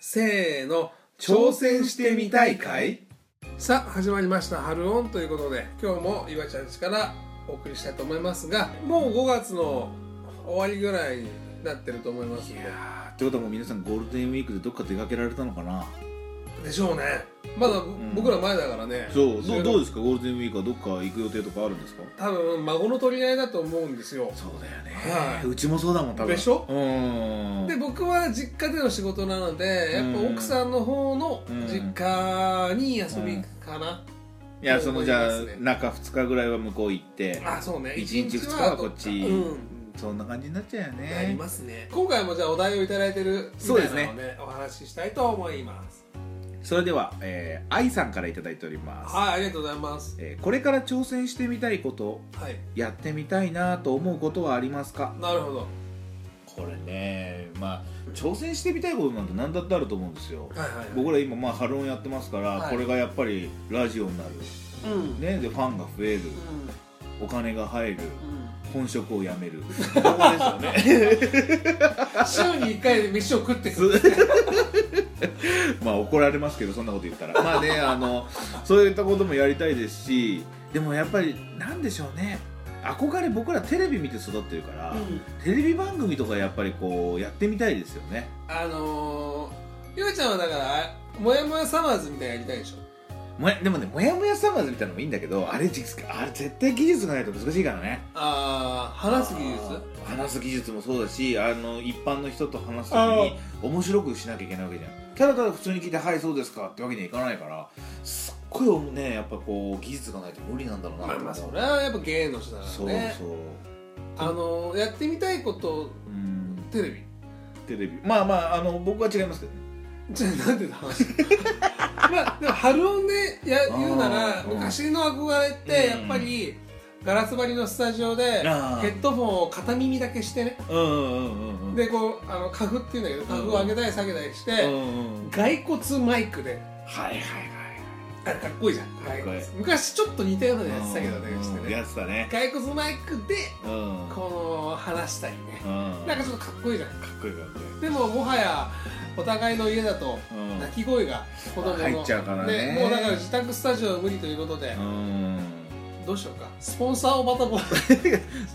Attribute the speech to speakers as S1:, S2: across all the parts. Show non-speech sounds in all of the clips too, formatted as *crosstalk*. S1: せーの挑戦してみたいかいさあ始まりました「春オン」ということで今日も岩ちゃんちからお送りしたいと思いますがもう5月の終わりぐらいになってると思います
S2: い
S1: んで
S2: やーってことはもう皆さんゴールデンウィークでどっか出かけられたのかな
S1: でしょうねまだ
S2: ん
S1: 僕ら前だからね、
S2: そうどうどう
S1: う
S2: ですかゴールデンウィークはどっか行く予定とかあるんですか
S1: 多分孫の取り合いだと思うんですよ
S2: そうだよね、
S1: はいう
S2: ちもそうだもん多分
S1: でしょ
S2: うーん
S1: で僕は実家での仕事なのでやっぱ奥さんの方の実家に遊び行くかな、
S2: いやそのじゃあ
S1: 思いますね
S2: 中2日ぐらいは向こう行って
S1: あそうね
S2: 1日2日はこっち、
S1: うん
S2: そんな感じになっちゃうよね
S1: なりますね今回もじゃあお題をいただいてるみ
S2: そ
S1: た
S2: うで
S1: い
S2: す
S1: な
S2: ね
S1: のをねお話ししたいと思います
S2: それでは、えー、愛さんから頂いいております、
S1: はいありがとうございます
S2: えーこれから挑戦してみたいこと
S1: はい
S2: やってみたいなと思うことはありますか
S1: なるほど
S2: これねまあ挑戦してみたいことなんて何だってあると思うんですよ
S1: はいはいはい
S2: 僕ら今まあハロンやってますから、
S1: はい
S2: これがやっぱりラジオになる、
S1: うんうん
S2: ね、でファンが増えるお金が入る
S1: うん
S2: 本職を辞めるここですよね
S1: 週に1回飯を食ってくる
S2: *laughs* まあ怒られますけどそんなこと言ったらまあねあのそういったこともやりたいですしでもやっぱりなんでしょうね憧れ僕らテレビ見て育ってるから、
S1: うん
S2: テレビ番組とかやっぱりこうやってみたいですよね
S1: あのーゆうちゃんはだからもやもやサマーズみたいなのやりたいでしょ
S2: もやでもねもやもやサマーズみたいなのもいいんだけどあれ実あれ絶対技術がないと難しいからね
S1: ああ話す技術
S2: あー話す技術もそうだしあの一般の人と話す時に面白くしなきゃいけないわけじゃんただただ普通に聞いて「はいそうですか」ってわけにはいかないからすっごいねやっぱこう技術がないと無理なんだろうな
S1: まあまあ
S2: と
S1: そ
S2: 思う
S1: れはやっぱ芸の人だからね
S2: そうそう
S1: あのーやってみたいこと
S2: うん
S1: テレビ
S2: テレビまあまああの僕は違いますけどね
S1: じゃあなんでだ話 *laughs* まあでも春音でや言うなら
S2: あーうん
S1: 昔の憧れってやっぱりガラス張りのスタジオで
S2: あー
S1: ヘッドフォンを片耳だけしてね
S2: うんうんうんうん
S1: でこうあのカフっていうんだけどカフを上げたり下げたりし
S2: うん
S1: て
S2: うんうん
S1: 骸骨マイクで
S2: はいはい
S1: あかっこいいじゃん
S2: かっこいい
S1: 骸骨昔ちょっと似たような
S2: はい
S1: のやってたけどねして
S2: うん
S1: ね
S2: やってたね
S1: 骸骨マイクで
S2: うんうんかっ
S1: この話したりねなんかちょっとかっこいいじゃん
S2: こいいかっこいい
S1: でももはやお互いの家だと
S2: うん
S1: 鳴き声が子供の
S2: 入っちゃうからね
S1: もうだから自宅スタジオは無理ということで、
S2: うん
S1: どうしようかスポンサーをまたもらう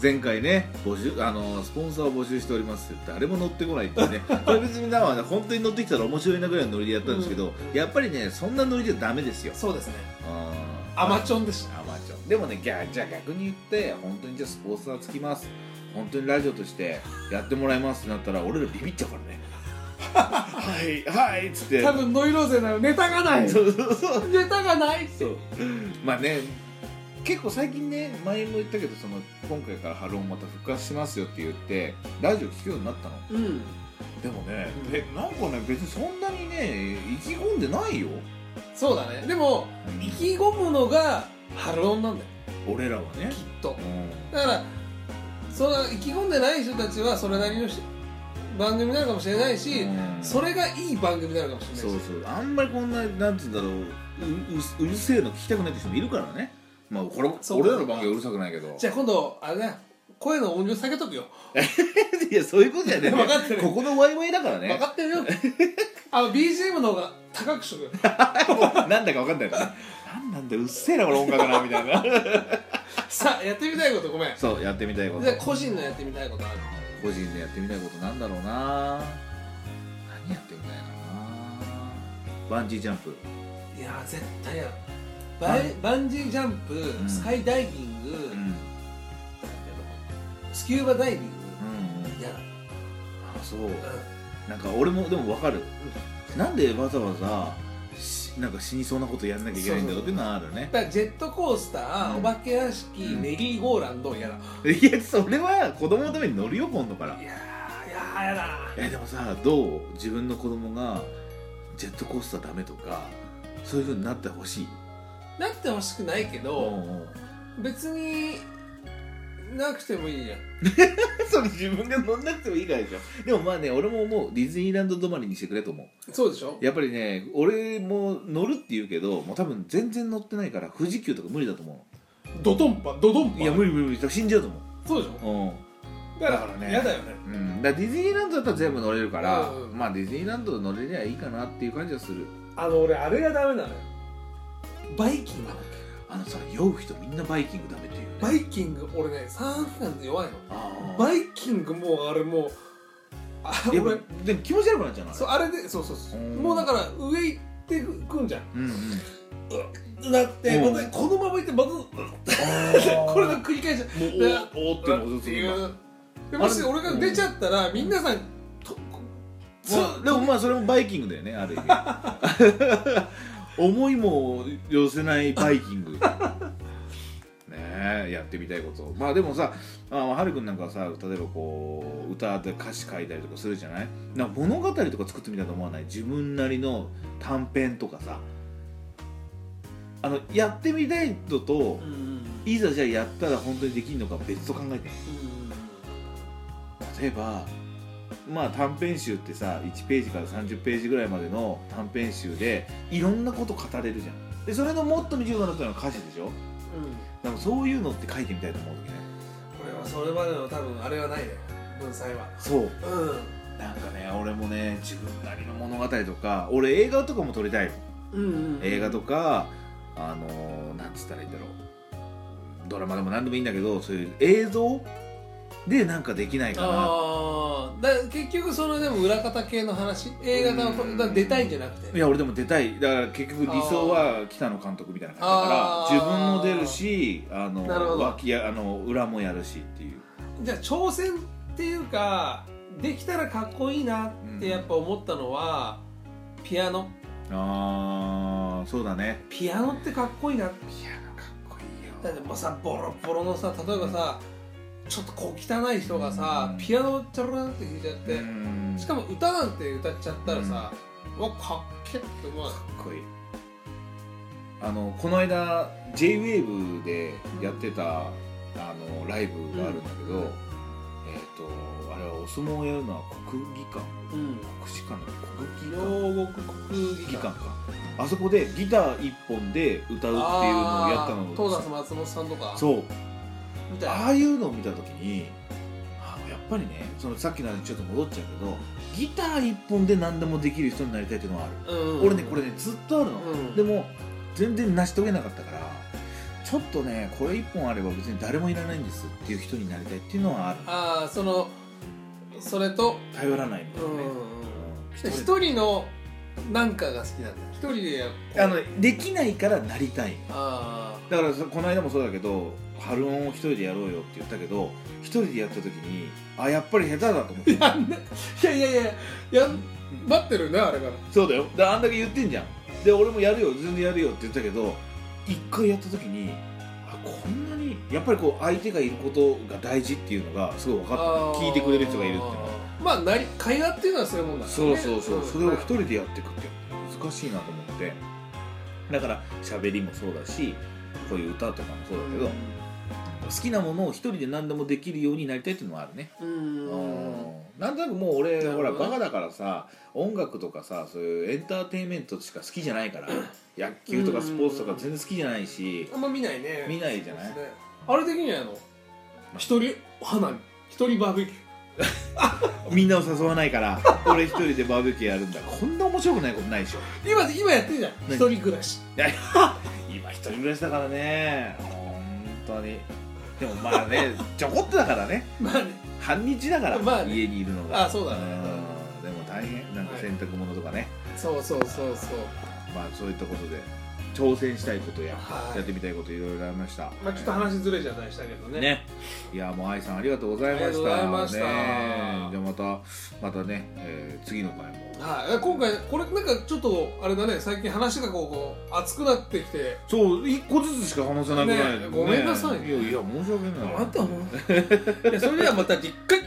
S2: 前回ね募集あのスポンサーを募集しておりますって誰も乗ってこないっていう *laughs* ねこれ別になはね本当に乗ってきたら面白いなぐらいのノリでやったんですけど、
S1: うん
S2: やっぱりねそんなノリじゃダメですよ
S1: そうですね
S2: うん
S1: アマチョンでした
S2: アマチュアでもねぎゃじゃあ逆に言って本当にじゃあスポンサーつきます本当にラジオとしてやってもらいますってなったら俺らビビっちゃうから *laughs* ねはいはいっつって
S1: 多分ノイローゼなのネタがない
S2: そうそうそう
S1: ネタがないって
S2: そう *laughs* まあね結構最近ね前も言ったけどその今回から「ハローまた復活しますよ」って言ってラジオ聞くようになったの
S1: うん
S2: でもね
S1: うん
S2: えなんかね別にそんなにね意気込んでないよ
S1: そうだねでも意気込むのが春音なんだよ
S2: 俺らはね
S1: きっと
S2: うん
S1: だからその意気込んでない人たちはそれなりのし番組なのかもしれないし、
S2: うん
S1: それがいい番組なのかもしれないし
S2: そうそうあんまりこんななんつうんだろううううるせえの聞きたくないって人もいるからねまあこれ
S1: そう
S2: 俺らの番組はうるさく *laughs* ないけど
S1: じゃあ今度あれだよ声の音量下げとくよ
S2: いやそういうことじ *laughs* ゃね
S1: *laughs*
S2: え
S1: 分かってる
S2: ここのワイワイだから
S1: 分
S2: ね
S1: かってる
S2: *laughs*
S1: よあの BGM の方が高くしとくよ
S2: なんだか分かんないからねなんなんだようっせえなこの音楽なみたいな
S1: さあやってみたいことごめん
S2: そうやってみたいこと
S1: じゃあ個人のやってみたいことある
S2: 個人でやってみたいことなんだろうな何やってみたいかなバンジージャンプ
S1: いやー絶対やるバイバンジージャンプ、
S2: ん
S1: スカイダイビング、
S2: うんうん
S1: スキューバダイビン
S2: うん
S1: グやだ、
S2: あそうなんか俺もでも分かるなんでわざわざしなんか死にそうなことやんなきゃいけないんだろうっていうのはあるね
S1: だからジェットコースター、
S2: うん
S1: お化け屋敷、
S2: うん
S1: メリーゴーランドやだ
S2: いやそれは子供のために乗るよ今度から
S1: いやーいやーやだ
S2: えでもさどう自分の子供がジェットコースターダメとかそういうふうになってほしい
S1: なってほしくないけ
S2: お
S1: ど、
S2: うおう
S1: 別になくてもいいやん
S2: それ自分が乗んなくてもいいからでしょでもまあね俺も思うディズニーランド止まりにしてくれと思う
S1: そうでしょ
S2: やっぱりね俺も乗るって言うけどもう多分全然乗ってないから富士急とか無理だと思
S1: ドドンパドドン
S2: ういや無理無理無理死んじゃうと思
S1: そうでしょ
S2: う、うん、
S1: だか
S2: だかららね
S1: 嫌だよね
S2: うん、だからディズニーランドだったら全部乗れるから、
S1: うんうん
S2: まあディズニーランド乗れりゃいいかなっていう感じはする
S1: あの俺あれがダメなのよバイキング
S2: あのさ酔う人みんなバイキングダメっていうよね
S1: バイキング俺ね三期間で弱いの
S2: あー
S1: バイキングもうあれもうあ
S2: やっ
S1: 俺
S2: ぱでも気持ち悪くなっちゃうなあれ
S1: そうあれでそうそうそう
S2: うん
S1: もうだから上行ってくんじゃん
S2: うん *laughs* うん
S1: なって
S2: うん
S1: またこのまま行ってまたこ
S2: こ
S1: れ
S2: れ
S1: の
S2: だ
S1: 繰り返しだ
S2: もうおおーっていうのをずっと見る
S1: うでもし俺が出ちゃったら皆さんと
S2: そうでもまあそれもバイキングだよねある意味思いも寄せないバイキングねえやってみたいことまあでもさあはるくんなんかはさ例えばこう歌で歌詞書いたりとかするじゃないなんか物語とか作ってみたいと思わない自分なりの短編とかさあのやってみたいのと
S1: うんうん
S2: いざじゃあやったら本当にできるのか別と考えて例えばまあ短編集ってさ1ページから30ページぐらいまでの短編集でいろんなこと語れるじゃんでそれのもっと短くなったのが歌詞でしょ
S1: うん
S2: でもそういうのって書いてみたいと思うわけね
S1: 俺はそれまでの多分あれはないよ文才は
S2: そう
S1: う
S2: なんかね俺もね自分なりの物語とか俺映画とかも撮りたいの
S1: んうん
S2: 映画とかあのーなんつったらいいんだろうドラマでも何でもいいんだけどそういう映像でなんかできないかな
S1: ああだ結局そのでも裏方系の話映画の
S2: うん
S1: だ出たいんじゃなくて
S2: いや俺でも出たいだから結局理想は北野監督みたいな感じ
S1: あ
S2: だ
S1: ー
S2: から自分も出るし
S1: な
S2: あ
S1: るほ
S2: の
S1: ど
S2: 脇やあの裏もやるしっていう
S1: じゃあ挑戦っていうかできたらかっこいいなってやっぱ思ったのは、ピアノ
S2: ああそうだね
S1: ピアノってかっこいいな
S2: ピアノかっこいいよ
S1: だってもうさボロボロのさ例えばさ、ちょっとこう汚い人がさ、
S2: うん
S1: ピアノをちょろんって弾いちゃって、
S2: うん
S1: しかも歌なんて歌っちゃったらさ、うわかっけって思わない
S2: かっこいいあのこの間 JWAVE でやってたあのライブがあるんだけど、
S1: うん
S2: えっ、とあれはお相撲をやるのは国技館
S1: うん
S2: 国士館の国技館
S1: 両国国技
S2: 技
S1: 館
S2: 館かあそこでギター一本で歌うっていうのをやった
S1: あ
S2: の
S1: ートーダス松本さんとか
S2: そう
S1: みたいな
S2: ああいうのを見た時にあやっぱりねそのさっきの話にちょっと戻っちゃうけどギター一本で何でもできる人になりたいっていうのはある、
S1: うん
S2: 俺ねこれねずっとあるの、
S1: うん
S2: でも全然成し遂げなかったからちょっとねこれ一本あれば別に誰もいらないんですっていう人になりたいっていうのはある
S1: ああそのそれと
S2: 頼らないみた
S1: う
S2: いなね、
S1: ん
S2: うん
S1: 一人のなんかが好きなんだ一人でや
S2: あのできないからなりたい
S1: あ
S2: だからさこの間もそうだけど「春音を一人でやろうよ」って言ったけど一人でやった時にあやっぱり下手だと思っ
S1: ー
S2: て
S1: やんないやいやいややん待ってるねあれから
S2: そうだよであんだけ言ってんじゃんで俺もやるよ全然やるよって言ったけど一回やった時にあこんなにやっぱりこう相手がいることが大事っていうのがすごい分か
S1: あ
S2: った
S1: ー
S2: 聞いてくれる人がいるっていうのは
S1: まあなり会話っていうのはそういうもんだから
S2: そう
S1: ね
S2: そうそう、
S1: ん
S2: それを一人でやっていくって難しいなと思ってだから喋りもそうだしこういう歌とかもそうだけど、好きなものを一人で何でもできるようになりたいっていうのはあるね
S1: うんうん
S2: なんとなくもう
S1: な
S2: 俺
S1: るほ
S2: ほ
S1: ど
S2: ら
S1: ね
S2: バカだからさ音楽とかさそういうエンターテインメントしか好きじゃないから野球とかスポーツとか全然好きじゃないし
S1: あんま見ないね
S2: 見ないじゃない
S1: そうですねあれ的にはあの一人花火一人バーベキュー
S2: みんなを誘わないから俺一人でバーベキューやるんだこんな面白くないことないでしょ
S1: 今今やってるじゃん
S2: 何
S1: 一人暮らし
S2: 今一人暮らしだからね本当にでもまあね
S1: *laughs*
S2: ちょこっとだからね
S1: まあね
S2: 半日だから、
S1: まあね
S2: 家にいるのが
S1: あそうだね
S2: うんでも大変なんか洗濯物とかね、
S1: そうそうそうそう
S2: まあそういったことで挑戦したいことや、
S1: はい
S2: やってみたいこといろいろありました。
S1: まあちょっと話ずれちゃったりしたけどね
S2: ね。ねいやもう愛さんありがとうございました。
S1: ありがとうございました
S2: ねじゃあまたまたね、えー次の回も。
S1: はい、え今回これなんかちょっとあれだね最近話がこうこう熱くなってきて
S2: そう一個ずつしか話せなくない、
S1: ねごめんなさい
S2: いやいや申し訳ない。
S1: いやそれではまた一回